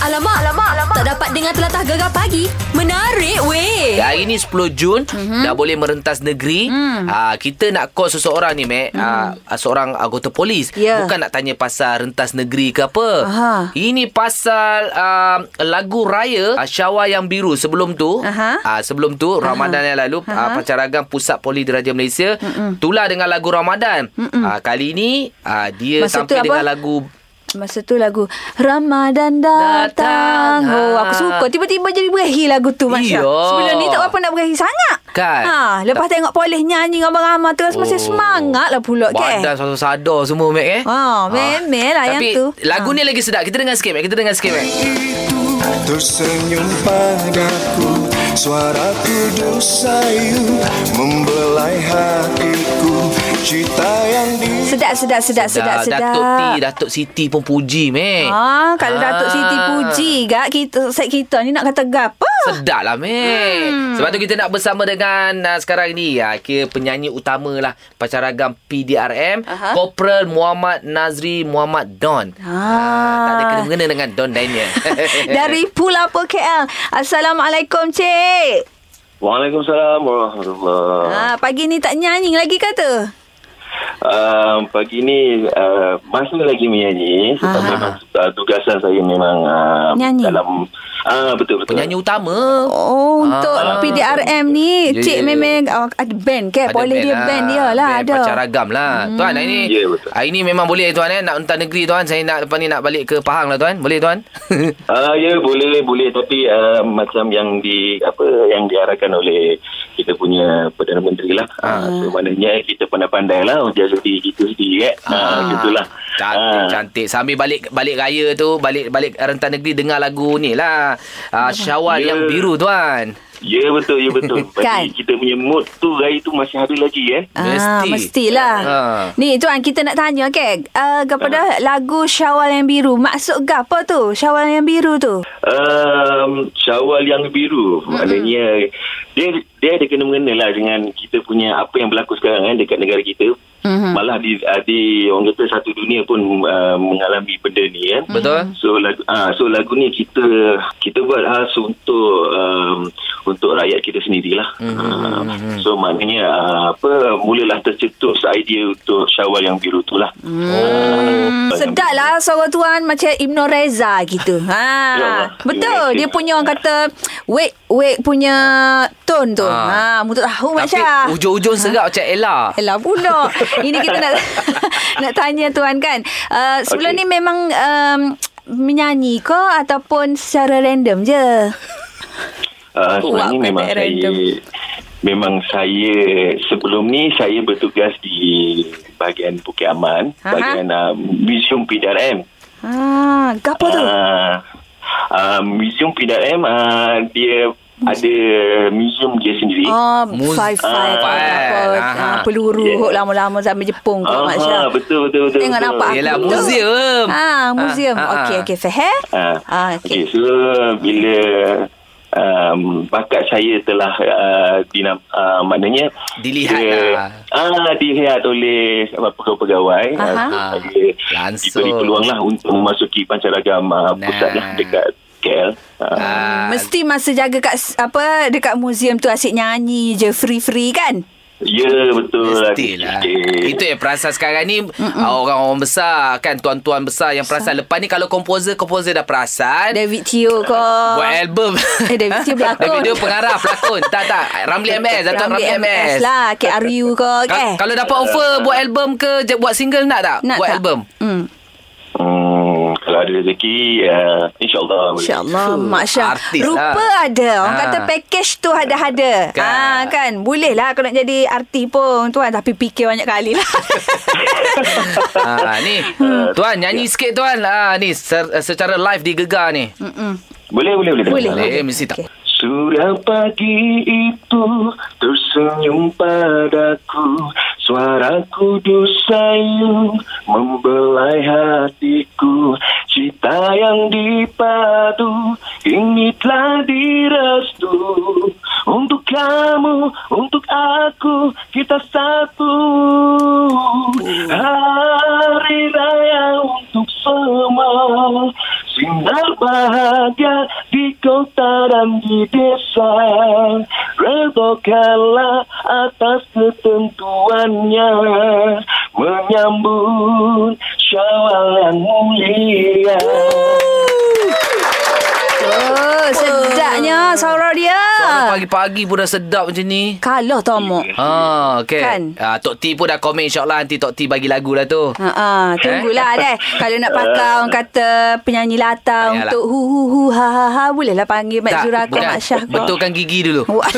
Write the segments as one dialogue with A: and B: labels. A: Alamak, alamak, alamak. Tak dapat dengar telatah gegar pagi. Menarik weh.
B: Ya, hari ni 10 Jun
A: Mhm.
B: mm-hmm. dah boleh merentas negeri.
A: Hmm.
B: Mm. Ha, kita nak call seseorang ni, Mac. Mm. Ha, seorang anggota polis.
A: Ya.
B: Bukan nak tanya pasal rentas negeri ke apa.
A: Aha.
B: Ini pasal uh, lagu raya uh, Syawal yang Biru sebelum tu.
A: Aha.
B: Uh, sebelum tu Ramadan yang lalu uh, pencaragam Pusat Poli Diraja Malaysia Mm-mm. tular dengan lagu Ramadan. Uh, kali ni uh, dia
A: Maksud tu apa?
B: tampil dengan lagu
A: Masa tu lagu Ramadan datang.
B: Datang.
A: Oh, aku
B: Ha.
A: suka. Tiba-tiba jadi berahi lagu tu Masya.
B: Iya.
A: Sebelum ni tak apa nak berahi sangat.
B: Kan?
A: Ha, lepas tengok polis nyanyi dengan Abang Rahmat terus oh. masih semangat lah pula ke.
B: Badan satu sadar semua Mac eh. Ah.
A: Ha, memel lah yang
B: Tapi
A: tu.
B: lagu ni lagi sedap. Kita dengar sikit Mac. Kita dengar sikit Mac.
C: Tersenyum padaku Suara kudus sayu Membelai hatiku Cita yang di
A: Sedap, sedap, sedap, sedap,
B: Dah,
A: sedap.
B: Datuk T, Datuk Siti pun puji, Mek.
A: Ah, kalau ah. Datuk Siti
B: Ah.
A: puji gak kita set kita ni nak kata gapa?
B: Sedap lah, Mek. Hmm. Sebab tu kita nak bersama dengan uh, sekarang ni, uh, kira penyanyi utama lah, pacaragam PDRM,
A: Aha.
B: Corporal Muhammad Nazri Muhammad Don.
A: Ah.
B: tak ada kena-mengena dengan Don Daniel.
A: Dari Pulapa KL. Assalamualaikum, Cik.
D: Waalaikumsalam warahmatullahi
A: Ah, pagi ni tak nyanyi lagi kata?
D: um, Pagi ni uh, masih lagi menyanyi Sebab
A: Ah.
D: memang uh, tugasan saya memang uh,
A: Nyanyi.
D: Dalam uh, Betul-betul
B: Penyanyi utama.
A: Oh, untuk
B: Ah.
A: PDRM ni,
B: Ya,
A: Cik
B: ya, ya.
A: memang oh, ada band ke?
B: Ada
A: Boleh dia band dia lah,
B: band
A: ada.
B: Pacaragam lah. Hmm. Tuan, hari ni,
D: Ya, betul.
B: hari ni memang boleh tuan eh. Nak hentas negeri tuan. Saya nak lepas ni nak balik ke Pahang lah tuan. Boleh tuan?
D: Ah ya boleh boleh tapi uh, macam yang di apa yang diarahkan oleh kita punya perdana menteri lah. Ah so, maknanya kita pandai-pandai lah jaga diri kita sendiri kan. Ah, gitulah.
B: Cantik,
D: Ah.
B: cantik. Sambil balik balik raya tu, balik balik rentan negeri dengar lagu ni lah. Uh, Syawal
D: Ya.
B: yang biru tuan.
D: Ya betul ya betul.
A: Kan?
D: Bagi kita punya mood tu raya tu masih ada lagi kan.
A: Ah,
B: Mesti.
A: mestilah.
B: Ah.
A: Ni tuan kita nak tanya ke uh, kepada lagu Syawal yang biru. Maksud apa tu? Syawal yang biru tu.
D: um, Syawal yang biru maknanya dia dia ada kena mengena lah dengan kita punya apa yang berlaku sekarang kan dekat negara kita
A: Mhm.
D: malah di, ah, di orang kata satu dunia pun uh, mengalami benda ni kan
B: Mm-hmm. Betul?
A: Hmm.
D: so lagu ah so lagu ni kita kita buat khas untuk um, untuk rakyat kita sendirilah Ah, so maknanya ah, apa mulalah tercetus idea untuk Syawal yang biru tu lah
A: Hmm,
D: Ah,
A: sedap lah suara tuan macam Ibnu Reza gitu.
D: Ya Allah. lah.
A: Ha.
D: Terima
A: Betul.
D: kasih.
A: Dia punya orang kata wake wake punya tone tu. Ha,
B: Ah.
A: mutu tahu
B: Tapi
A: macam.
B: ujung-ujung serap macam Ella.
A: Elah pula. Ini kita nak nak tanya tuan kan. Uh, sebelum
D: Okey.
A: ni memang um, menyanyi ke ataupun secara random je? Wah,
D: Uh, sebenarnya
A: pandai
D: memang saya
A: random.
D: memang saya sebelum ni saya bertugas di bahagian Bukit Aman,
A: Aha.
D: bahagian uh, Museum PDRM.
A: Ha, gapo tu?
D: Uh, uh, Museum PDRM uh, dia ada museum dia sendiri.
A: Oh,
B: Muz-
A: fai-fai
D: Ah,
A: ke apa,
B: aha.
A: ah, peluru yeah.
D: Yeah.
A: lama-lama sampai Jepung ke Mak Syah.
D: Aha, Ah, betul betul betul.
A: Tengok
D: betul.
A: nampak
B: Yelah,
A: Betul.
B: museum.
A: Ah, museum.
B: Ah, ah,
A: okey,
B: ah.
A: okey, faham?
D: Ah,
A: Ah, okey.
D: okay. okay, so bila um, bakat saya telah uh, dinam, uh, maknanya
B: Dilihat
D: dia,
B: lah.
D: ah dilihat oleh apa, pegawai-pegawai
A: Aha.
D: Ah, saya
B: Langsung.
D: diberi peluang lah untuk memasuki pancaragam uh, pusat
B: Nah.
D: lah dekat KL. Ah.
B: Ah,
A: Mesti masa jaga kat s- apa dekat museum tu asyik nyanyi je free-free kan?
D: Ya betul
B: Mestilah
D: Sikit-sikit.
B: lah. Itu yang perasan sekarang ni ah, Orang-orang besar Kan tuan-tuan besar Yang perasan Lepas ni kalau komposer Komposer dah perasan
A: David Teo ke?
B: Buat album
A: Eh, David Teo pelakon.
B: David Teo pengarah pelakon Tak tak Ramli MS Datuk Ramli, MS,
A: lah, KRU ke,
B: Ka-
A: okay?
B: Kalau dapat offer Buat album ke je- Buat single nak tak?
A: kan? Nak
B: buat
A: tak?
B: album
A: Hmm.
D: Hmm, kalau ada rezeki, uh, insyaAllah. boleh.
A: InsyaAllah Mak Syah
B: artis
A: Rupa
B: lah.
A: ada Orang
B: Ha.
A: kata package tu ada-ada kan.
B: Kan.
A: Ha, kan Boleh lah Kalau nak jadi artis pun Tuan tapi fikir banyak kali lah
B: ha, Ni Tuan nyanyi sikit tuan ha, Ni ser- secara live di Gegar ni
D: Boleh, boleh, boleh.
A: Boleh.
B: Eh mesti tak
A: Okey.
D: Surau pagi itu tersenyum padaku Suara kudus sayu membelai hatiku Cita yang dipadu ini telah direstu Untuk kamu, untuk aku, kita satu Hari raya untuk semua Sinar bahagia
E: Bahagia di kota dan di desa Redokanlah atas ketentuannya Menyambut syawal yang mulia
A: Oh, sedapnya suara dia.
B: Suara pagi-pagi pun dah sedap macam ni.
A: Kalah tomok.
B: Ha, okay.
A: Kan?
B: Ah, Tok T pun dah komen insyaAllah nanti Tok T bagi lagu lah tu.
A: Ha ah, tunggulah deh. Kalau nak pakai orang kata penyanyi latar
B: Yalah.
A: untuk hu hu hu ha ha ha bolehlah panggil Mak Zura ke
B: bukan.
A: Mak Syah Oh. ke.
B: Betulkan gigi dulu.
A: Wah.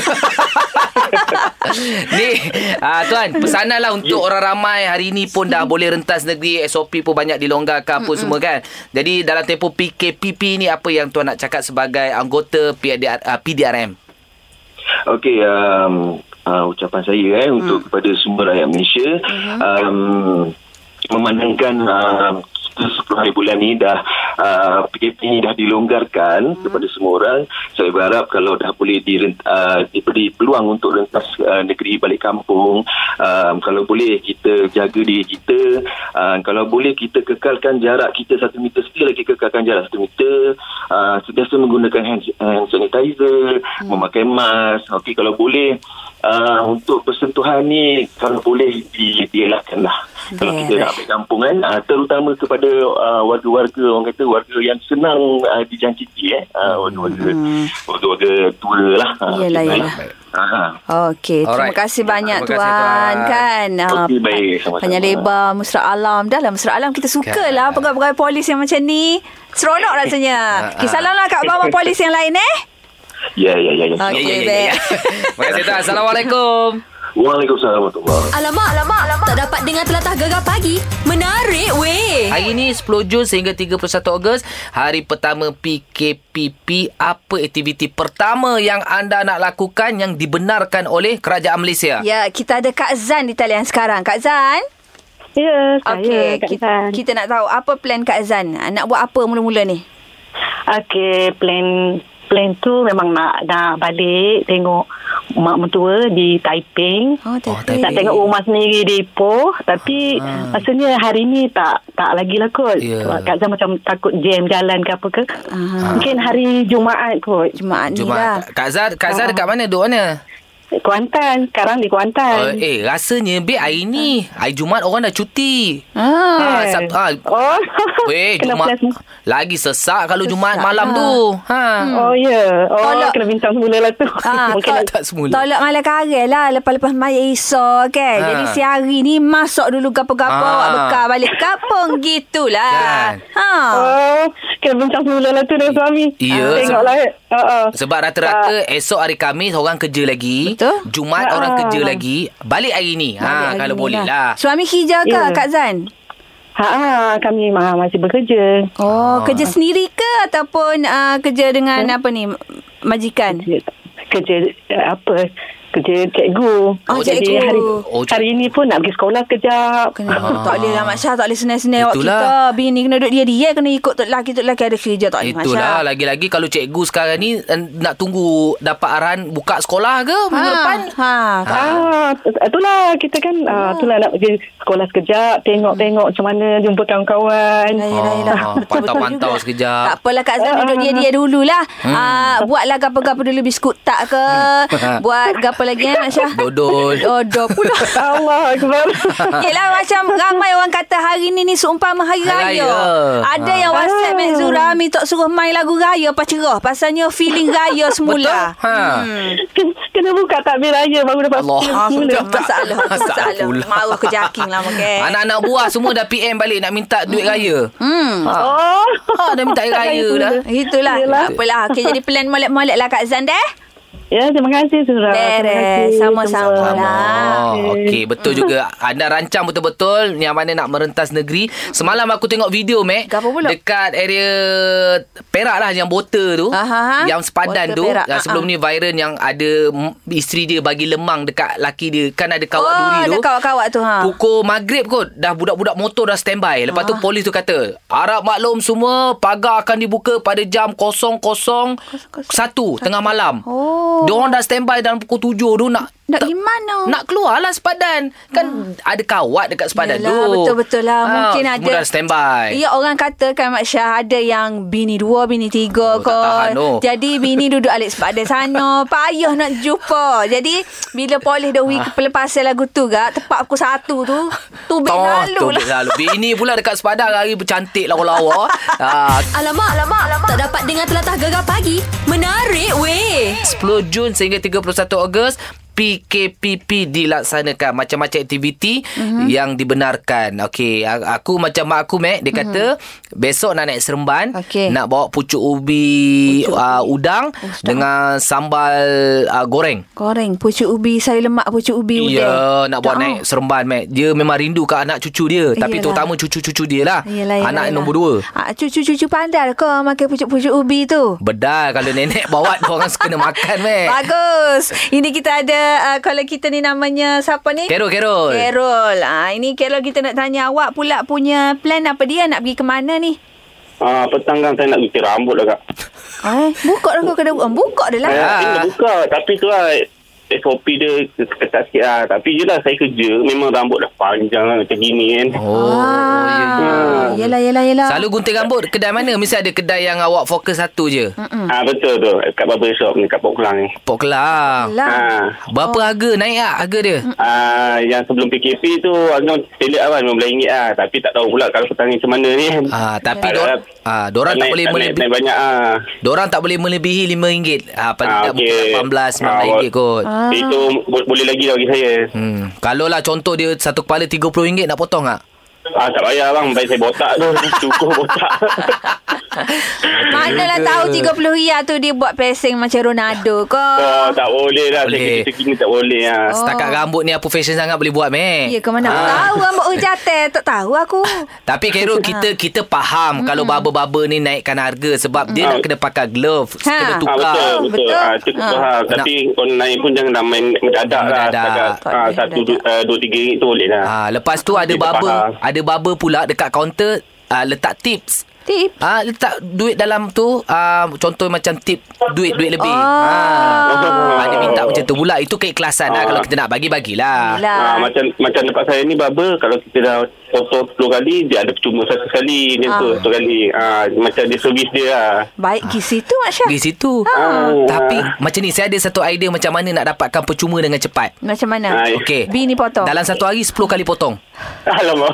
B: ni, ah, Tuan, pesananlah untuk orang ramai hari ni pun dah boleh rentas negeri, SOP pun banyak dilonggarkan apa semua kan. Jadi dalam tempoh PKPP ni apa yang Tuan nak cakap sebagai anggota PDR, ah, PDRM?
D: Okey, um, uh, ucapan saya eh, untuk kepada semua rakyat Malaysia um, memandangkan uh, kita 10 hari bulan ni dah uh, PKP ni dah dilonggarkan kepada semua orang saya berharap kalau dah boleh dirent, uh, diberi peluang untuk rentas uh, negeri balik kampung um, kalau boleh kita jaga diri kita uh, kalau boleh kita kekalkan jarak kita satu meter sekali lagi kekalkan jarak satu meter uh, sentiasa menggunakan hand, hand sanitizer hmm. memakai mask okey kalau boleh uh, untuk persentuhan ni kalau boleh di, dielakkan lah kalau kita
A: Baik.
D: nak balik kampung kan uh, terutama kepada uh, warga-warga orang kata warga yang senang uh, dijangkiti eh uh, warga-warga hmm. warga-warga tua lah Ah,
A: Yelah,
D: macam tu
A: yelah.
D: lah. Aha.
A: Okey, terima
B: Alright.
A: kasih banyak
B: Terima kasih,
A: tuan,
B: Tuan.
A: kan. Ah,
D: Okey, baik. Sama-sama.
A: Penyelebar Musra Alam. Dah lah Musra Alam kita suka
B: Kan.
A: lah pegawai-pegawai polis yang macam ni. Seronok rasanya.
B: Ah, ah.
A: Okay, salam lah kat abang-abang polis yang lain eh.
D: ya ya ya ya
A: Okey, Eh.
B: Ya, ya, ya,
A: baik.
B: ya. Terima kasih Tuan. Assalamualaikum.
D: Waalaikumsalam warahmatullahi wabarakatuh.
F: Alamak, alamak, alamak. Tak dapat dengar telatah gegar pagi. Menarik, weh.
B: Hari ni 10 Jun sehingga 31 Ogos Hari pertama PKPP Apa aktiviti pertama yang anda nak lakukan Yang dibenarkan oleh Kerajaan Malaysia
A: Ya, kita ada Kak Zan di talian sekarang. Kak Zan,
G: Ya, saya
A: okey,
G: Kak
A: kita,
G: Zan.
A: kita nak tahu apa plan Kak Zan? Ah, Nak buat apa mula-mula ni?
G: Okey, plan plan tu memang nak nak balik tengok mak mentua di Taiping.
A: Oh,
B: Taipei.
G: Nak tengok rumah sendiri di Ipoh tapi
B: Ah.
G: maksudnya hari ni tak tak lagi lah kot.
B: Ya.
G: Sebab Kak Zah macam takut jam jalan ke apa ke.
A: Ah.
G: Mungkin hari Jumaat kot.
A: Jumaat ni Ah. lah.
B: Cuma Kak Zah, Kak Zah dekat mana? Duduk mana?
G: Kuantan, sekarang di
B: Uh,
A: Kan.
G: Kuantan.
B: eh, rasanya Beb hari ni Hari Jumaat orang dah cuti
A: Ah.
B: Ah, Sab, ah,
G: Oh.
B: Weh,
G: kena
B: Jumaat
G: plus.
B: Lagi sesak kalau Jumaat
A: Sesak, Hmm.
B: malam
A: ha.
B: tu ha.
G: Oh ya. Yeah. Oh
A: Tolak.
G: kena bintang semula lah tu.
A: Ah,
G: Mungkin
B: tak-
G: nak-
B: tak semula.
A: Tolak malam karel lah Lepas-lepas mayat isa kan
B: Ah.
A: ha. Jadi sehari ni Masuk dulu gapa-gapa
B: Ah.
A: Awak bekal balik kampung Gitulah
B: Kan.
A: ha.
G: Oh, kena bincang semula lah tu dengan suami.
B: Iya,
G: Ah, Tengoklah. Uh, uh.
B: Sebab rata-rata esok hari Khamis orang kerja lagi.
A: Ah. Betul.
B: Jumaat
G: Ah.
B: orang kerja lagi. Balik hari ni.
A: Balik
B: ha
A: hari
B: kalau
A: ni
B: boleh lah.
A: Suami hijau ke
G: Ya.
A: Kak Zan?
G: Ha, ha, kami ma- masih bekerja.
A: Oh
B: Ah.
A: kerja sendiri ke Ataupun uh, kerja dengan
G: Ya.
A: apa ni Majikan
G: Kerja eh, apa? Kerja cikgu.
A: Oh,
G: Jadi
A: cikgu.
G: Hari,
B: Oh,
G: oh,
B: cikgu.
G: hari ni pun nak pergi sekolah kejap.
A: Kena, Tak boleh lah Mak Syah Tak boleh senai-senai awak
B: Ah. Itulah.
A: kita Bini kena duduk dia-dia Kena ikut tok lelaki Tok lelaki ada kerja Tak boleh Mak Syah
B: Itulah lah. lagi-lagi kalau cikgu sekarang ni eh, nak tunggu dapat arahan buka sekolah ke minggu
A: ha.
B: depan?
A: ha.
B: Ha.
G: Ah, itulah kita kan ah, itulah nak pergi sekolah sekejap, tengok-tengok macam mana jumpa
A: Yelah,
G: kawan-kawan.
A: yelah, yelah.
B: Ah,
A: Betul, betul
B: pantau-pantau
A: juga.
B: sekejap.
A: Tak apalah Kak Zan duduk dia-dia dululah. Hmm. Uh, buatlah gapa-gapa dulu biskut tak ke.
B: Hmm.
A: Buat gapa lagi eh Masya?
B: Dodol.
A: Dodol pula.
G: Ah, Allah akbar.
A: Yelah macam ramai orang kata hari ni ni seumpama hari raya.
B: Hari raya. Ah.
A: Ada yang WhatsApp Mek Zura Ami tak suruh main lagu raya pas cerah. Pasalnya feeling raya semula. Hmm.
B: Betul? Ha.
G: Kena- Kena buka takbir raya baru dapat
B: Allah.
G: feel
A: Ah,
G: semula.
A: betul. Masalah, masalah.
B: pula.
A: Marah ke jaking lah, okay.
B: Anak-anak buah semua dah PM balik nak minta duit raya.
A: Hmm.
G: Oh.
B: Ha, dah minta air raya dah.
A: lah. Itulah.
G: Yelah.
A: Apalah. Okay, jadi plan molek-molek lah Kak Zan deh.
G: Ya, terima kasih Surah. Terima
A: Beres.
G: kasih. Ya.
A: Sama-sama lah.
B: Oh, okey, betul juga. Anda rancang betul-betul yang mana nak merentas negeri. Semalam aku tengok video, Mac.
A: Apa pula?
B: Dekat area Perak lah yang botol tu.
A: Aha.
B: Yang sepadan
A: Botol
B: tu.
A: ha, Perak, Ah,
B: Yang
A: ha-ha.
B: sebelum ni viral yang ada mm, isteri dia bagi lemang dekat laki dia. Kan ada kawat
A: Oh,
B: duri tu.
A: ada kawat-kawat tu, ha.
B: Pukul maghrib kot. Dah budak-budak motor dah standby. Lepas
A: Ah.
B: tu polis tu kata, harap maklum semua pagar akan dibuka pada jam 00.01 tengah malam.
A: Oh. Oh.
B: Dia orang dah standby dalam pukul 7 tu nak
A: Nak
B: tak-
A: pergi mana?
B: Nak keluarlah sepadan. Kan ada kawat dekat sepadan
A: Yalah,
B: tu.
A: Ah. Betul-betul lah.
B: Ha,
A: Mungkin
B: semua
A: ada.
B: dah standby.
A: Ya, orang katakan Mak Syah ada yang bini dua, bini tiga
B: Oh, tak
A: kot.
B: tahan tu.
A: Jadi, bini duduk alik sebab ada sana. Payah nak jumpa. Jadi, bila polis dah pergi
B: Ah.
A: pelepasan lagu tu gak, tepat pukul satu tu, tu bel lalu
B: tu
A: lah.
B: beg lalu. Bini pula dekat sepadan hari bercantik lawa-lawa. ha,
F: Alamak, alamak, alamak. Tak dapat dengar telatah gegar pagi. Menarik weh.
B: 10 Jun sehingga 31 Ogos PKPP dilaksanakan macam-macam aktiviti
A: Mhm.
B: mm-hmm. yang dibenarkan. Okey, a- aku macam mak aku Mac dia kata mm-hmm. besok nak naik seremban
A: Mhm. Okey.
B: nak bawa pucuk ubi, pucuk uh, udang dengan sambal uh, goreng.
A: Goreng, pucuk ubi, sayur lemak, pucuk ubi
B: Ya,
A: udang.
B: nak buat
A: Tak, oh.
B: naik seremban Mac. Dia memang rindu ke anak cucu dia, tapi
A: Iyalah.
B: terutama cucu-cucu dia lah.
A: Yelah, yelah,
B: anak
A: yelah.
B: nombor dua.
A: Ah, cucu-cucu pandai kau makan pucuk-pucuk ubi tu.
B: Bedal kalau nenek bawa orang kena makan meh.
A: Bagus. Ini kita ada uh, kalau kita ni namanya siapa ni?
B: Carol, Carol.
A: Carol. Ah ini Carol kita nak tanya awak pula punya plan apa dia nak pergi ke mana ni?
H: Ah, petang kan saya nak cuci rambut lah kak.
A: Eh, buka dah kau kedai buka. Buka dah lah.
H: Saya
B: Ah.
H: ah. nak buka tapi tu lah SOP dia ketat sikit lah. Tapi je lah saya kerja memang rambut dah panjang lah macam gini kan.
B: Oh, ya, ya.
A: Ah, yelah, yelah, yelah.
B: Selalu gunting rambut kedai mana? Mesti ada kedai yang awak fokus satu je.
H: Ah, betul tu kat barber shop ni kat Pok Kelang ni.
B: Pok Kelang.
A: Lah.
H: Ah.
B: Berapa harga naik tak harga dia?
H: Ah, yang sebelum PKP tu harga selit lah kan RM15 lah. Tapi tak tahu pula kalau petang ni macam mana ni.
B: Ah, tapi
H: Ah,
B: dor
H: dah-
B: ah, dorang tak
H: naik-
B: boleh
H: naik,
B: melebihi
H: naik banyak ah.
B: dorang tak boleh melebihi RM5. Ah, paling
H: Ah,
B: tak mungkin
H: okey.
B: RM18,
H: Ah,
B: RM19 kot.
H: Ah. Itu bo- boleh lagi lah bagi saya.
B: Hmm. Kalau lah contoh dia satu kepala RM30 nak potong tak?
H: Ah, tak payah bang. Baik saya botak tu. Cukup botak.
A: Manalah tahu RM30 tu dia buat passing macam Ronaldo
H: Oh,
A: kau.
H: tak boleh lah. Saya
B: Boleh.
H: kerja gini tak boleh lah.
A: Oh.
B: Setakat rambut ni apa fashion sangat boleh buat, meh. Ah.
A: Ya, ke mana? Aku Tahu rambut ujate. Tak tahu aku.
B: Tapi Khairul
H: Ah.
B: kita kita faham
H: Hmm.
B: kalau baba-baba ni naikkan harga sebab dia nak kena pakai glove,
A: Ha.
B: kena
H: Ah,
B: tukar.
H: betul,
A: Betul.
H: betul. Ah, itu
A: Ah.
H: ha. faham. Tapi kalau naik pun jangan dah main mendadak lah.
B: Mendadak.
H: Setakat
A: Tak
H: ah,
A: boleh
H: satu,
A: mendadak.
H: du, uh, dua, tiga ringgit tu boleh lah.
B: Ah, lepas tu ada
H: Kita
B: barber,
H: faham.
B: ada barber pula dekat kaunter ah, letak tips.
A: Tip.
B: Ah letak duit dalam tu ah contoh macam tip duit-duit lebih.
A: Oh.
B: Ah. Ada minta macam tu pula itu keikhlasan lah kalau kita nak bagi
H: Ah,
B: bagilah.
A: Yelah.
H: macam macam tempat saya ni barber kalau kita dah potong 10 kali dia ada percuma satu kali dia
A: Ah.
H: tu satu kali ah, macam dia servis dia lah
A: Baik di situ, Mak Syah.
B: Di situ.
A: Oh.
H: Ah.
B: Tapi macam ni saya ada satu idea macam mana nak dapatkan percuma dengan cepat.
A: Macam mana?
H: Ah, ya.
B: Okey.
A: Bini potong.
B: Dalam satu hari 10 kali potong.
H: alamak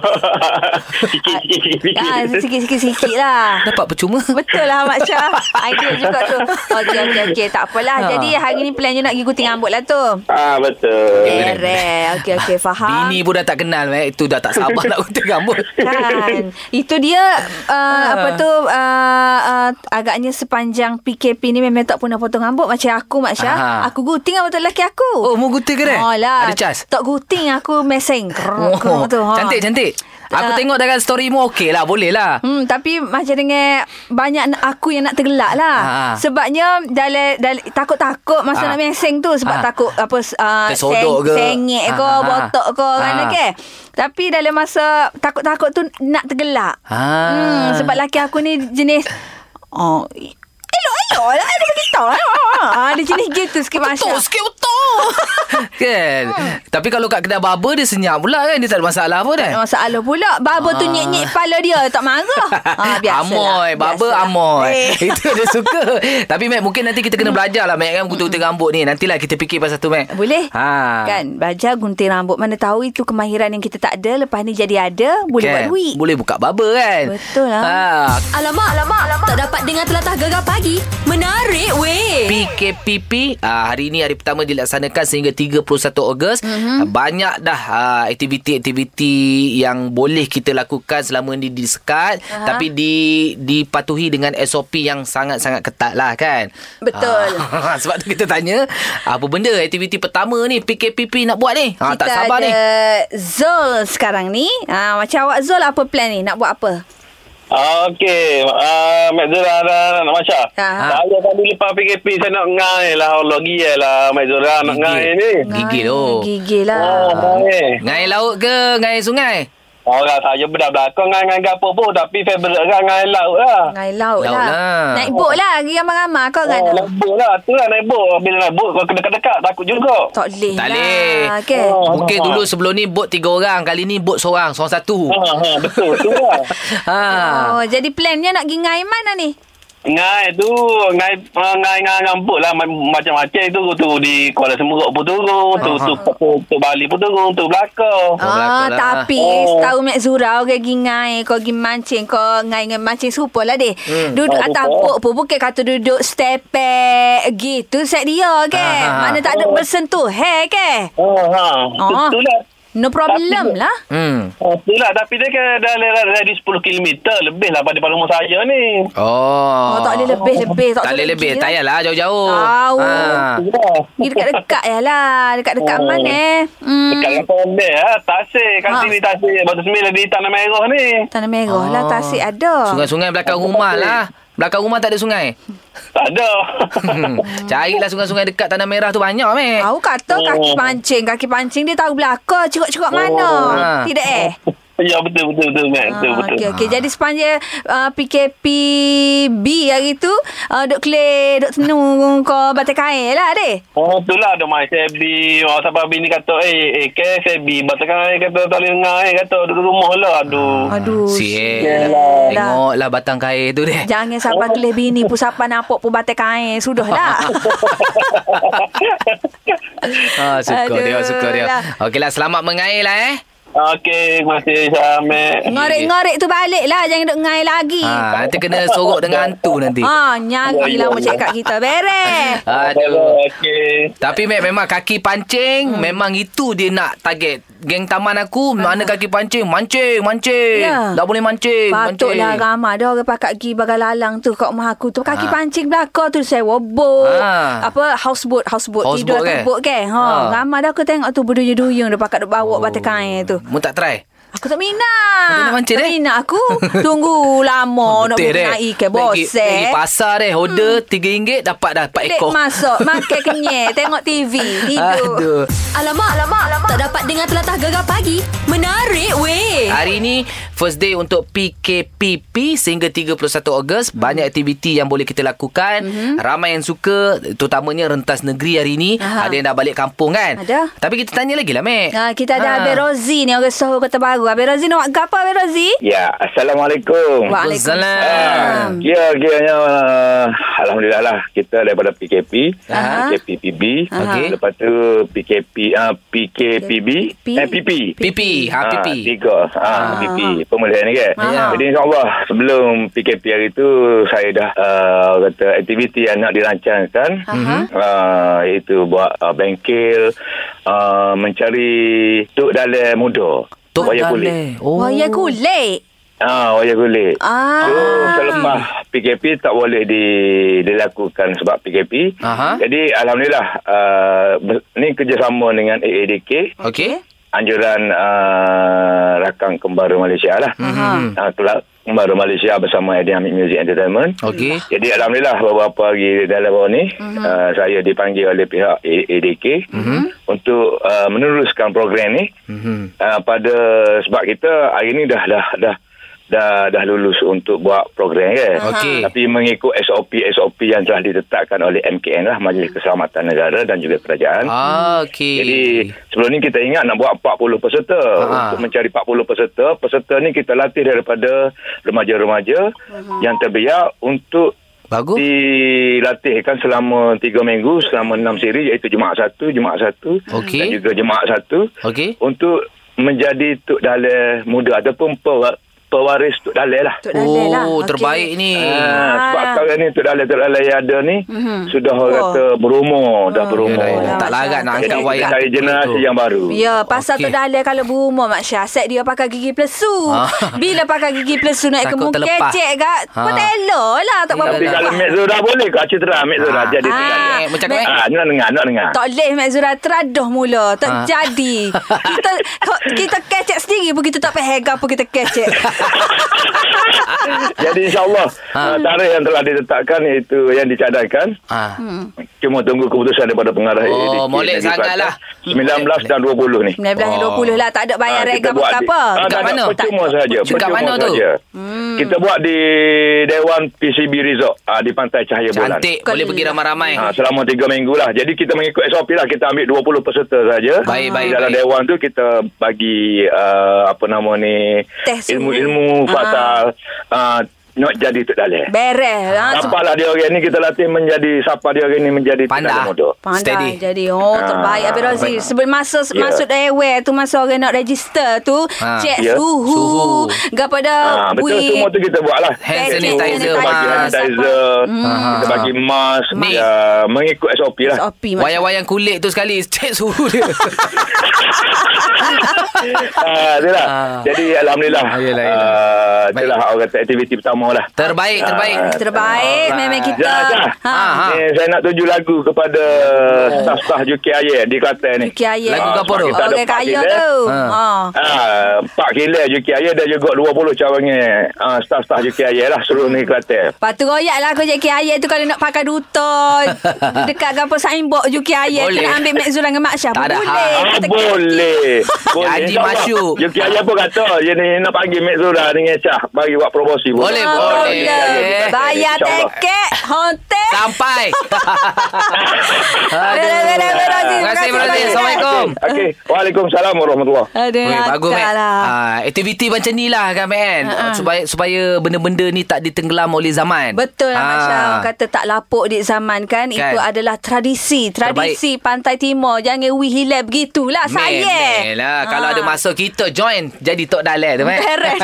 H: sikit-sikit
A: Ah, sikit-sikit-sikit lah.
B: Dapat percuma.
A: Betul lah Mak Syah Idea juga tu Okey okey okey Tak apalah
B: Ha.
A: ha. Jadi hari ni plan je nak pergi gunting rambut lah tu
H: ah betul
A: Beres Okey okey faham
B: Bini pun dah tak kenal eh. Itu dah tak sabar nak gunting rambut.
A: Kan Itu dia
B: Ah.
A: uh, Apa tu uh, uh, Agaknya sepanjang PKP ni Memang tak pernah potong rambut Macam aku Mak Syah
B: Aha.
A: Aku guting rambut lelaki aku
B: Oh, mu gunting ke dia?
A: Oh lah
B: Ada cas?
A: Tak guting aku meseng
B: Oh,
A: Kerok kerok tu ha.
B: Cantik cantik. Aku
A: Tak.
B: tengok dalam story mu okey lah. Boleh lah.
A: Hmm, tapi macam dengan banyak na- aku yang nak tergelak lah.
B: Ha.
A: Sebabnya dalam dalam takut-takut masa
B: Ha.
A: nak meseng tu sebab
B: Ha.
A: takut apa uh,
B: Tersodok ke?
A: sengit ke,
B: Ha, ha, ha.
A: botok ke kan
B: Ha.
A: okey. Tapi dalam masa takut-takut tu nak tergelak.
B: Ha.
A: Hmm, sebab laki aku ni jenis oh elok-elok lah dia begitu. Ha, dia jenis gitu sikit Masya. Hmm.
B: Betul sikit betul Kan Tapi kalau kat kedai barber Dia senyap pula kan Dia tak ada masalah apa kan
A: Tak ada Masalah pula Baba tu
B: Ah.
A: nyik-nyik kepala dia Tak marah ha, biasalah,
B: Amoy Barber
A: biasalah.
B: amoy
A: Eh. Hmm.
B: Itu dia suka Tapi Mac mungkin nanti kita kena belajar lah Mac kan Kutu-kutu rambut ni Nantilah kita fikir pasal tu Mac
A: Boleh
B: ha.
A: Kan Belajar gunting rambut Mana tahu itu kemahiran yang kita tak ada Lepas ni jadi ada Boleh buat
B: Kan?
A: duit
B: Boleh buka barber kan
A: Betul lah.
B: ha.
F: Alamak, alamak, alamak. Tak dapat dengar telatah gegar pagi. Menarik weh.
B: PKPP uh, hari ini hari pertama dilaksanakan sehingga 31 Ogos.
A: Mhm.
B: Mm-hmm. Banyak dah uh, aktiviti-aktiviti yang boleh kita lakukan selama ini di sekat uh-huh. tapi di dipatuhi dengan SOP yang sangat-sangat ketat lah kan.
A: Betul.
B: Ah, sebab tu kita tanya apa benda aktiviti pertama ni PKPP nak buat ni? Ha tak sabar
A: ada
B: ni.
A: Zul sekarang ni ha, Macam awak Zul apa plan ni Nak buat apa
H: Ah, Okey, ah, Mak Zura nak nak macam.
A: Ha.
B: Ah,
H: Saya tadi lepas PKP saya nak ngai lah, Allah gila lah Mak Zura nak ngai ni.
B: Gigil oh. tu.
A: Gigil lah
B: Eh,
H: Ah, ngai.
B: Ngai laut ke ngai sungai?
E: Orang saya bedah belakang ngan ngan apa pun tapi favorite orang ngan laut
H: Ah.
E: lah.
A: Ngai laut,
B: Laut
A: lah.
B: lah.
A: Naik bot lah. Pergi ramai-ramai kau kan.
E: Oh, naik bot lah. Tu lah naik bot. Bila naik bot, kau kena dekat-dekat. Takut juga.
A: Tak boleh
B: Tak
A: lah.
B: boleh.
A: Kan?
E: Oh.
B: Mungkin dulu sebelum ni bot tiga orang. Kali ni bot seorang. Seorang satu.
E: Ha, ha, betul. Tu lah.
B: Ha.
A: Oh, jadi plannya nak pergi ngai mana ni?
E: Ngai tu, ngai uh, ngai ngai ngamput lah ma- macam-macam tu tu di Kuala Semerok pun turun, tu tu
A: Ha,
E: tu, tu Bali pun turun, tu belakang.
B: Oh,
A: Ah,
B: belakang lah.
A: tapi
E: Ah.
A: oh. tahu Mek Zura kau pergi ngai, kau pergi mancing, kau ngai dengan mancing serupa lah deh. Hmm. Duduk
E: Ah,
A: atas
E: rupa.
A: pok pun bukan kata duduk stepek gitu set dia kan.
B: Ah, ah, ah.
A: Mana tak ada bersentuh hair kan.
E: Oh, ha. Tu,
A: Ah.
E: tu lah.
A: No problem
E: Tapi-
A: lah.
B: Hmm.
E: Oh, tu lah. Tapi dia kan dah dah- dah di 10 km lebih lah pada rumah saya ni.
A: Oh,
B: Oh.
A: tak boleh ya? lebih-lebih.
B: Tak boleh lebih. Tak
A: payah.
B: payahlah jauh-jauh.
A: Tahu.
B: Ha.
E: Tu lah.
A: Pergi dekat-dekat ya lah. Dekat-dekat
E: Oh.
A: mana eh.
E: Dekat
G: Ya.
A: Hmm.
E: Kelapa Ondel lah. Tasik. Kat
A: Ha.
E: sini tasik. Batu Sembilan di Tanah Merah ni.
A: Tanah merah lah.
B: Ah.
A: Tasik ada.
B: Sungai-sungai belakang rumah lah. Belakang rumah tak ada sungai.
E: Tak ada.
B: Hmm.
A: Oh.
B: Carilah sungai-sungai dekat Tanah Merah tu banyak, Mek.
A: Aku kata
E: Oh. Oh.
A: kaki pancing. Kaki pancing dia tahu belakang. Cukup-cukup mana.
B: Ah.
A: Tidak eh?
E: ya, betul, betul, betul, Mat. Betul,
A: Ah,
E: betul.
A: Okey, okey. Jadi sepanjang uh, PKPB hari tu, uh, duk kle, duk tenu kau batai kain lah deh.
E: Oh, tu lah. Ada mai sebi. Orang sampai bini kata, eh, eh, ke sebi. Batang kan kata, tak boleh dengar. Eh, kata, duduk rumah lah. Aduh.
A: Aduh.
B: Ha, Sial.
A: sial lah.
B: Tengoklah batang kair tu deh.
A: Jangan sampai kelih bini pun sampai nampak pun batai kain. Sudah dah.
B: Ah, suka
A: Aduh,
B: dia, suka dia.
A: lah.
B: Okeylah, selamat mengair lah eh.
A: Ah.
E: Okey, terima kasih, Syamek.
A: Ngorek-ngorek tu balik lah. Jangan duk ngai lagi.
B: Ha, nanti kena sorok dengan hantu nanti.
A: Ah, nyagi lah macam kat kita. Beres.
B: Aduh.
E: Okey.
B: Tapi Mek memang kaki pancing hmm. Memang itu dia nak target Geng taman aku Mana kaki pancing Mancing Mancing
A: Ah. Ya.
B: Tak boleh mancing
A: Patutlah
B: mancing.
A: ramai dah orang pakat pergi bagai lalang tu kat rumah aku tu. Kaki
B: Ha.
A: pancing belakang tu sewa boat.
B: Ha.
A: Apa houseboat, houseboat
B: Houseboat
A: tidur
B: kan?
A: atas boat kan. Ha,
B: Ha.
A: ramai dah aku tengok tu berduyung-duyung dah pakat duk bawa oh. batai kain tu.
B: Mu tak try
A: Aku tak minat.
B: Tak nak mancing,
A: tak
B: eh?
A: minat aku. Tunggu lama nak
B: Betul, deh.
A: naik ke eh?
B: Pergi- Pergi
A: bosek.
B: pasar deh Order RM3 Dapat dah 4
A: Dek
B: ekor
A: masuk, makan kenyek, tengok TV, tidur.
B: Aduh
F: Alamak, alamak, alamak. Tak dapat dengar telatah gegar pagi. Menarik weh.
B: Hari ini first day untuk PKPP sehingga 31
A: Hmm.
B: Ogos. Banyak aktiviti yang boleh kita lakukan. Mm-hmm. Ramai yang suka terutamanya rentas negeri hari ini.
A: Aha.
B: Ada yang dah balik kampung kan?
A: Ada.
B: Tapi kita tanya lagi lah, Mek.
A: Ha, kita ada ha. Abel Rozi ni orang Johor Kota Baru. Abel Rozi nak buat apa Abel Rozi?
I: Ya, Assalamualaikum.
B: Waalaikumsalam.
I: Kira kiranya uh, alhamdulillah lah kita daripada PKP,
A: Aha.
I: PKPPB,
A: Aha.
B: Okey.
I: lepas tu PKP uh, PKPB,
A: P.
I: eh, PP.
B: PP. Ha, PP.
I: Ah, tiga. Ha, PP. Pemulihan ni kan.
B: Ya.
A: Ah.
I: Jadi insyaAllah sebelum PKP hari tu saya dah uh, kata aktiviti yang nak dirancangkan.
A: Aha.
I: Uh, iaitu buat uh, bengkel, uh, mencari tuk dalam muda.
B: Tok
I: Wayang kulit.
B: Daleh. Oh.
A: Wah, ya kulit.
I: Ah, wayang kulit.
A: Ah.
I: So, selepas PKP tak boleh di, dilakukan sebab PKP.
B: Aha.
I: Jadi, Alhamdulillah, uh, ber- ni kerjasama dengan AADK,
B: Okey.
I: anjuran uh, rakang kembara Malaysia lah.
A: Mhm.
I: Uh, kelab kembara Malaysia bersama Dynamic Music Entertainment.
B: Okey.
I: Jadi Alhamdulillah beberapa hari dalam bawah ni mm-hmm. uh, saya dipanggil oleh pihak A- ADK mm-hmm. untuk uh, meneruskan program ni
B: Mhm.
I: mm-hmm. uh, pada sebab kita hari ni dah dah dah dah, dah lulus untuk buat program kan.
B: Okey.
I: Tapi mengikut SOP-SOP yang telah ditetapkan oleh MKN lah Majlis Keselamatan Negara dan juga Kerajaan.
B: Ah, Hmm. okey.
I: Jadi sebelum ni kita ingat nak buat 40 peserta.
B: Ha.
I: Untuk mencari 40 peserta, peserta ni kita latih daripada remaja-remaja yang terbiar untuk
B: bagus.
I: dilatihkan selama 3 minggu selama 6 siri iaitu Jumaat 1, Jumaat 1
B: Okey.
I: dan juga Jumaat 1
B: Okey.
I: untuk menjadi tok dalai muda ataupun pewa- pewaris tok dalai lah.
A: Tok Dalai lah.
B: Oh,
A: Okey.
B: terbaik ni.
I: Ah, sebab
A: Ah.
I: sekarang ni tok dalai-tok dalai yang ada ni
A: Mhm.
I: sudah orang
A: Tua.
I: kata berumur, dah berumur.
B: Yalah,
A: Oh,
B: tak larat nak angkat
I: Jadi,
B: wayang.
I: Dari
B: kulit
I: generasi
B: tu.
I: yang baru.
A: Ya, pasal
B: Okey.
A: okay. tu dah kalau berumur Mak Syah, set dia pakai gigi pelesu.
B: Ah.
A: Bila pakai gigi pelesu naik ke
B: Takut
A: muka
B: terlepas.
A: kecek gak,
B: Ah.
A: pun tak elok lah tak
I: Tapi
B: Yalah.
A: apa-apa.
I: kalau Mek Zura boleh kau citra Mek Zura
B: Ah.
I: jadi
A: Ah.
I: ah.
B: Eh, macam
A: Mek-
B: mana?
I: Ah, nak dengar, nak dengar.
A: Tak boleh Mak Zura teraduh mula. Tak
B: Ah.
A: jadi. Kita kita kecek sendiri pun kita tak faham apa kita kecek.
I: Ah, Jadi insyaAllah ha. tarikh yang telah ditetapkan iaitu yang dicadangkan.
B: Ah.
A: Hmm.
I: Cuma tunggu keputusan daripada pengarah
B: Oh, molek lah.
I: AADK
B: Hmm.
I: Negeri
B: sangatlah.
I: Selatan, 19 dan 20 ni.
A: 19 dan 20 lah. Tak ada bayar
I: Ah,
A: rega
I: kita buat di-
A: apa-apa.
I: Ah,
B: Dekat
I: tak,
B: mana?
I: Tak, percuma saja.
B: Dekat
I: percuma
B: mana tu? Hmm.
I: sahaja. Kita buat di Dewan PCB Resort ah, di Pantai Cahaya Bulan.
B: Cantik. Boleh pergi ramai-ramai.
A: Ah,
I: Ha, selama tiga minggu lah. Jadi kita mengikut SOP lah. Kita ambil 20 peserta saja.
B: Baik, baik,
I: Di dalam
B: baik.
I: dewan tu kita bagi uh, apa nama ni.
A: Teh semua.
B: Ah.
I: Ilmu-ilmu fatal. Uh, not jadi tak dalih.
A: Beres. Ha,
I: Sapalah dia orang ni kita latih menjadi sapa dia orang ni menjadi
B: Pandai.
I: tukang modal.
A: Pandai
B: Steady.
A: jadi Oh terbaik
I: Ah,
A: Abang Rozi
I: baik.
A: Sebelum masa yeah.
I: Ya.
A: Masuk airware tu Masa orang nak register tu
B: Ah.
A: Cek
I: Ya.
A: suhu
B: Suhu.
A: Gapada
I: Ah, betul
A: bui-
I: semua tu kita buat lah.
B: Hand
A: Hand
B: sanitizer,
A: sanitizer,
I: Kita bagi hand
B: mask.
I: sanitizer.
B: Hmm.
I: Kita bagi mask.
B: Mask.
I: Ya, mengikut SOP lah.
A: SOP macam
B: Wayang-wayang kulit tu sekali Cek suhu dia
I: Ah, itulah.
B: Ah.
I: Jadi alhamdulillah.
B: Ah, yelah, yelah.
I: Ah, itulah
B: Baik.
I: orang kata aktiviti pertama lah.
B: Terbaik Terbaik
I: Ah.
A: Terbaik Memang kita
I: Jangan, jangan.
A: ha.
B: Ah, ah.
I: Ni, saya nak tuju lagu kepada staf-staf UKIA di Kelantan ni.
A: Kaya
B: Lagu
I: Ah,
B: Gapo
I: sebab
B: tu?
I: kita ada
A: Orang
I: empat
A: kaya
I: gila.
A: tu
B: Ah.
A: ha.
I: Ah, Pak Kila UKIA dan juga 20 cawangan ah, staf-staf UKIA lah seluruh negeri Kelantan.
A: Lepas tu royak lah kau jek air tu kalau nak pakai duta dekat gapo signboard juki air
B: Boleh.
A: kena ambil Mek Zul dengan Mak Syah.
B: Tak ada
A: Boleh.
B: hal.
I: Ah,
A: Kita
I: boleh. boleh.
B: Haji
I: Ya, InsyaAllah.
B: Masyuk.
I: UKIA pun kata dia ni nak panggil Mek Zura dengan Syah bagi buat promosi. pun.
B: Boleh,
A: Ah,
B: boleh.
A: boleh.
B: Boleh.
A: Bayar
I: Ya, InsyaAllah.
A: tiket hontek.
B: Sampai
A: Boleh, boleh, boleh, boleh, Rozi.
B: Terima kasih Abang Rozi Assalamualaikum
I: Okey. Waalaikumsalam warahmatullahi
A: Ada
B: Weh, bagus Mek.
A: akak lah.
B: Ah, aktiviti macam ni lah kan Mek kan. Supaya supaya benda-benda ni tak ditenggelam oleh zaman.
A: Betul lah
B: Ah.
A: Masya Orang kata tak lapuk di zaman kan, Itu
B: Kan.
A: adalah tradisi Tradisi Pantai Timur Jangan we hilap begitulah
B: Meh, meh
A: Saya
B: lah. Kalau
A: Ah.
B: ada masa kita join jadi tok dalek tu Mek.
A: Beres.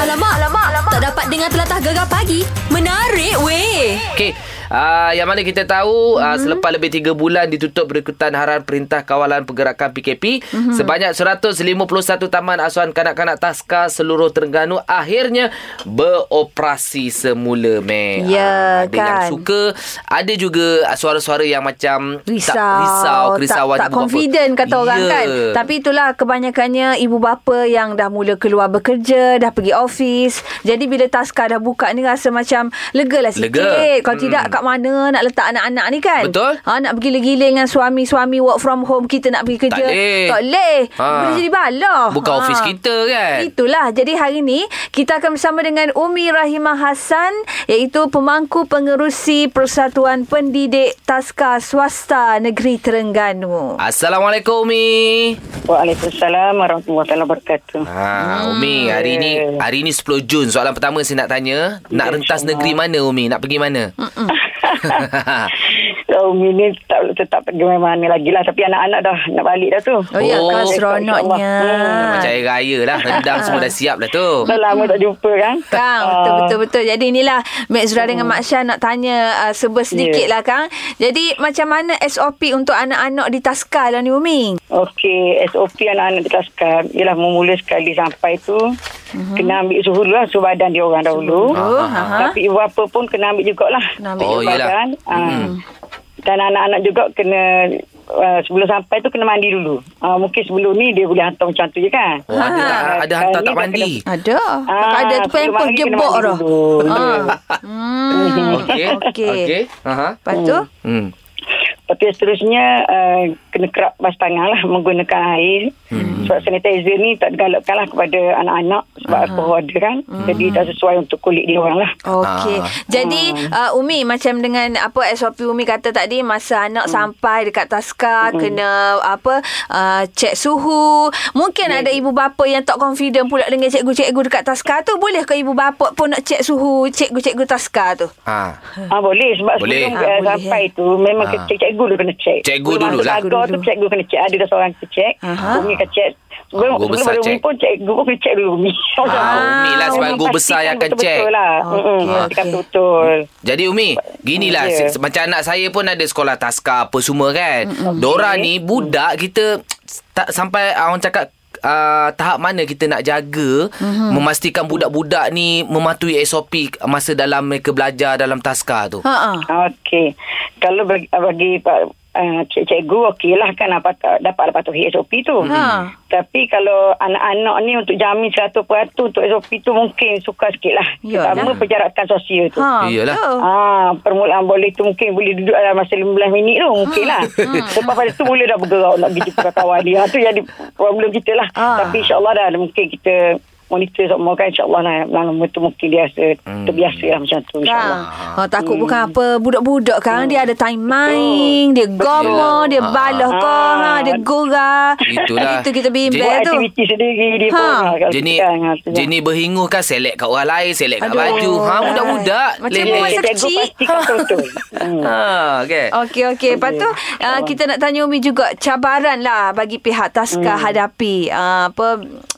F: Alamak, alamak, alamak. Tak dapat dengar telatah gegar pagi. Menarik weh.
B: Okey. Uh, yang mana kita
A: Mhm.
B: tahu mm-hmm. uh, selepas lebih 3 bulan ditutup berikutan haran Perintah Kawalan Pergerakan PKP
A: Mhm.
B: mm-hmm. sebanyak 151 taman asuhan kanak-kanak taska seluruh Terengganu akhirnya beroperasi semula meh.
A: Ya,
B: Ah, ada yang
A: kan.
B: suka, ada juga ah, suara-suara yang macam
A: Risau
B: tak risau, kerisauan
A: tak, tak
B: ibu bapa.
A: confident kata orang
B: Ya.
A: kan Tapi itulah kebanyakannya Ibu bapa yang dah mula keluar bekerja Dah pergi office Jadi bila taska dah buka ni Rasa macam Lega lah sikit
B: Lega. Hmm.
A: Kalau tidak kat mana Nak letak anak-anak ni kan
B: Betul.
A: ha, Nak pergi gila-gila dengan suami-suami Work from home Kita nak pergi kerja
B: boleh.
A: Tak boleh
B: Ha.
A: Boleh jadi Ha. bala
B: Bukan office kita kan.
A: Itulah. Jadi hari ni kita akan bersama dengan Umi Rahimah Hasan iaitu pemangku pengerusi Persatuan Pendidik Taska Swasta Negeri Terengganu.
B: Assalamualaikum Umi.
G: Waalaikumsalam warahmatullahi wabarakatuh.
B: Ha, Umi,
G: Hmm.
B: hari ni hari ni 10 Jun. Soalan pertama saya nak tanya, nak rentas negeri mana Umi? Nak pergi mana?
G: So, Umi ni tak, tetap pergi mana lagi lah. Tapi anak-anak dah nak balik dah tu.
A: Oh, ya,
B: Oh.
A: kan seronoknya.
B: Macam air raya lah Rendang semua dah siap lah tu
G: Dah Hmm. lama tak jumpa kan?
A: Kang, betul betul betul. Jadi inilah Mek Zura dengan
G: Hmm.
A: Mak Syah nak tanya uh, serba sedikit lah Kang. Jadi macam mana SOP untuk anak-anak di Taska lah ni Umi?
G: Okey, SOP anak-anak kita sekarang ialah memula sekali sampai tu mm-hmm. kena ambil suhu dulu lah, suhu badan dia orang dahulu.
A: Mhm. Suhu, Oh, aha.
G: Ah, Tapi ibu apa pun kena ambil jugalah.
A: Ha? Kena ambil
B: Oh,
G: juga
B: yelah.
G: kan. Mm. Dan anak-anak juga kena uh, sebelum sampai tu kena mandi dulu. Uh, mungkin sebelum ni dia boleh hantar macam tu je kan.
B: Oh, ada tak ada hantar
G: Sekarang ni
B: tak
G: dah
B: mandi?
G: kena-
A: Ada. Ah, ada tu
G: sebelum
A: pempos
G: mandi kena
A: jebok
G: mandi
A: dah.
G: dulu.
A: Ah. Hmm.
B: Okey.
A: Okey.
B: Okey. Aha.
A: Lepas tu?
B: Hmm.
G: Tapi seterusnya uh, kena kerap bas tangan lah menggunakan air. Hmm. Sebab sanitizer ni tak digalakkan lah kepada anak-anak sebab
B: Ah.
G: hmm. alkohol dia kan. Hmm. Jadi tak sesuai untuk kulit dia orang lah.
A: Okey.
B: Ah.
A: Jadi uh, Umi macam dengan apa SOP Umi kata tadi masa anak
B: Hmm.
A: sampai dekat taska kena apa uh, cek suhu. Mungkin
B: Ya.
A: ada ibu bapa yang tak confident pula dengan cikgu-cikgu dekat taska tu boleh ke ibu bapa pun nak cek suhu cikgu-cikgu taska tu?
B: Ha.
G: Ah boleh sebab
B: Boleh.
G: boleh. sebelum
A: Ah,
G: uh,
A: boleh,
G: sampai
A: eh.
G: tu memang
B: Ah.
G: ah. cikgu dulu kena cek.
B: Cikgu
G: Sebelum
B: dulu
G: masuk
B: lah.
G: Agak tu cikgu kena cek. Ada seorang kena cek.
A: Aha.
G: Umi akan cek. Sebelum
B: Ah, guru
G: sebelum
B: besar
G: ada Umi
B: cek.
G: pun cikgu pun kena cek dulu Umi.
B: Umi lah sebagai guru besar yang akan
G: betul-betul
B: cek.
G: lah.
A: Ah, Okey,
G: Mm-mm.
A: okey.
G: Pastikan betul.
B: Jadi Umi, ginilah
G: Ya.
B: yeah. macam anak saya pun ada sekolah taska apa semua kan. Dora ni budak kita tak sampai ah, orang cakap Uh, tahap mana kita nak jaga mm-hmm. memastikan budak-budak ni mematuhi SOP masa dalam mereka belajar dalam taska tu.
A: Ha ah.
G: Okey. Kalau bagi, bagi Pak uh, cik- cikgu okeylah kan apa, dapat dapat patuhi SOP tu.
A: Ha.
G: Tapi kalau anak-anak ni untuk jamin 100% untuk SOP tu mungkin sukar sikit lah.
A: Yalah.
G: Terutama perjarakan sosial tu.
A: Ha.
B: Iyalah.
A: betul.
G: Ah, permulaan boleh tu mungkin boleh duduk dalam masa 15 minit tu mungkin lah.
A: Hmm.
G: Sebab pada tu boleh dah bergerak nak pergi jumpa kawan dia. Ha, tu yang di, problem kita lah.
A: Ah.
G: Tapi insyaAllah dah mungkin kita monitor semua kan insyaAllah lah. Lama tu mungkin dia rasa
B: Hmm.
G: terbiasa lah macam tu insyaAllah.
A: Kang. Ha, takut bukan apa budak-budak kan
B: Hmm.
A: dia ada time main, dia gomo, dia balah ha. kau, ha, dia gora.
B: Ah. Itulah.
A: Itu kita
G: Buat
A: bimbel Ah, tu.
G: aktiviti sendiri dia
A: Ha.
G: pun. lah kalau
B: Jenis
G: sekarang, ha, tu
B: jenis berhingu kan select kat orang lain, select kat
A: Aduh.
B: baju. Ha
A: Hai.
B: budak-budak.
A: Macam
G: lah.
A: masa
G: Cikgu
A: kecil.
G: pastikan betul-betul. Hmm.
B: Ha okey.
A: Okey okey. Lepas tu uh, kita nak tanya Umi juga cabaran lah bagi pihak Taska hmm. hadapi uh, apa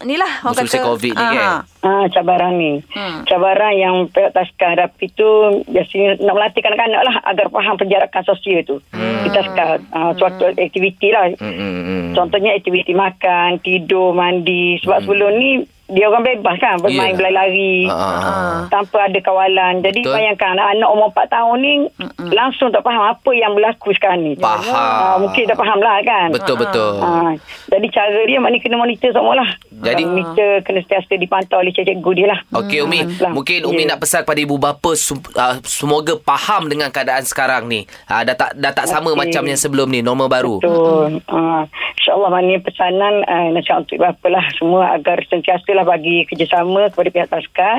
A: inilah orang
B: Musim-musim
A: kata.
B: COVID ni
A: Ah,
B: kan?
G: Ah, cabaran ni.
A: Hmm.
G: Hmm.
B: Ha.
G: Cabaran yang pihak Taska hadapi tu biasanya nak melatih kanak-kanak lah agar faham penjarakan sosial tu. Hmm. Kita Taska ah, suatu aktiviti lah.
B: Hmm, hmm, hmm.
G: Contohnya aktiviti makan, tidur, mandi. Sebab hmm. sebelum ni dia orang bebas kan bermain
B: Yeah.
G: yeah. berlari-lari.
B: Ah.
G: Tanpa ada kawalan. Jadi
B: Betul. Hmm.
G: bayangkan anak-anak umur 4 tahun ni langsung tak faham apa yang berlaku sekarang ni.
B: Faham.
G: Ah, mungkin dah faham lah kan.
B: Betul betul.
G: Ha, jadi cara dia maknanya kena monitor semua lah.
B: Jadi-
G: Jadi monitor kena sentiasa dipantau oleh cikgu dia lah.
B: Okey Umi,
G: Lah,
B: mungkin Umi
G: ya.
B: nak pesan kepada ibu bapa sum- ah, semoga faham dengan keadaan sekarang ni. Ah, dah tak dah tak sama
G: Okey.
B: macam yang sebelum ni, normal baru.
G: Betul. Ha, InsyaAllah maknanya pesanan uh, nasihat untuk bapa lah semua agar sentiasa lah bagi kerjasama kepada pihak taskar.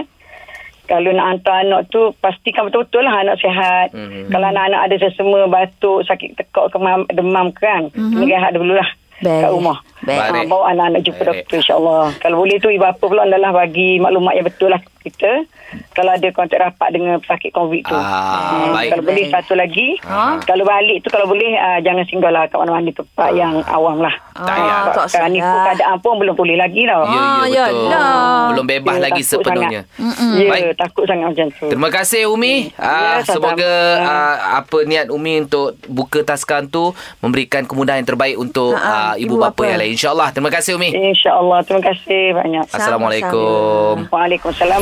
G: Kalau nak hantar anak tu pastikan betul-betul lah anak sihat.
B: Mhm.
G: Mm-hmm. Kalau anak-anak ada sesama batuk, sakit tekak, kemam, demam ke kan, mm-hmm. kena rehat dulu lah.
A: Mhm. Baik.
G: Kat rumah
A: Baik.
G: ha, Bawa anak-anak jumpa
B: Baik.
G: doktor InsyaAllah Kalau boleh tu Ibu bapa pula adalah Bagi maklumat yang betul lah Kita Kalau ada kontak rapat Dengan pesakit COVID tu
B: Ah,
G: Hmm,
B: baik.
G: Kalau boleh satu lagi
A: Ah.
G: Kalau balik tu Kalau boleh ah, Jangan singgah lah Kat mana-mana tempat
B: Ah.
G: Yang awam lah
A: Ah,
B: Tak payah.
G: Sebab
A: tak
G: sekarang ni pun
A: salah.
G: Keadaan pun belum boleh lagi tau
B: Ya,
A: Ah,
B: ya betul.
A: yalah.
B: Belum bebas
G: Ya,
B: lagi
G: takut
B: sepenuhnya.
G: sangat. Ya
B: Baik.
G: takut sangat macam tu
B: Terima kasih Umi. Ah
G: Ya, sama-sama.
B: semoga ah, apa niat Umi untuk buka taskan tu memberikan kemudahan yang terbaik untuk
A: Ha, ha,
B: ah, ibu,
A: ibu
B: bapa
A: bapa.
B: yang lain. Insya-Allah. Terima kasih
G: Eh,
B: Umi.
G: InsyaAllah Terima kasih banyak
B: Assalamualaikum.
G: Waalaikumsalam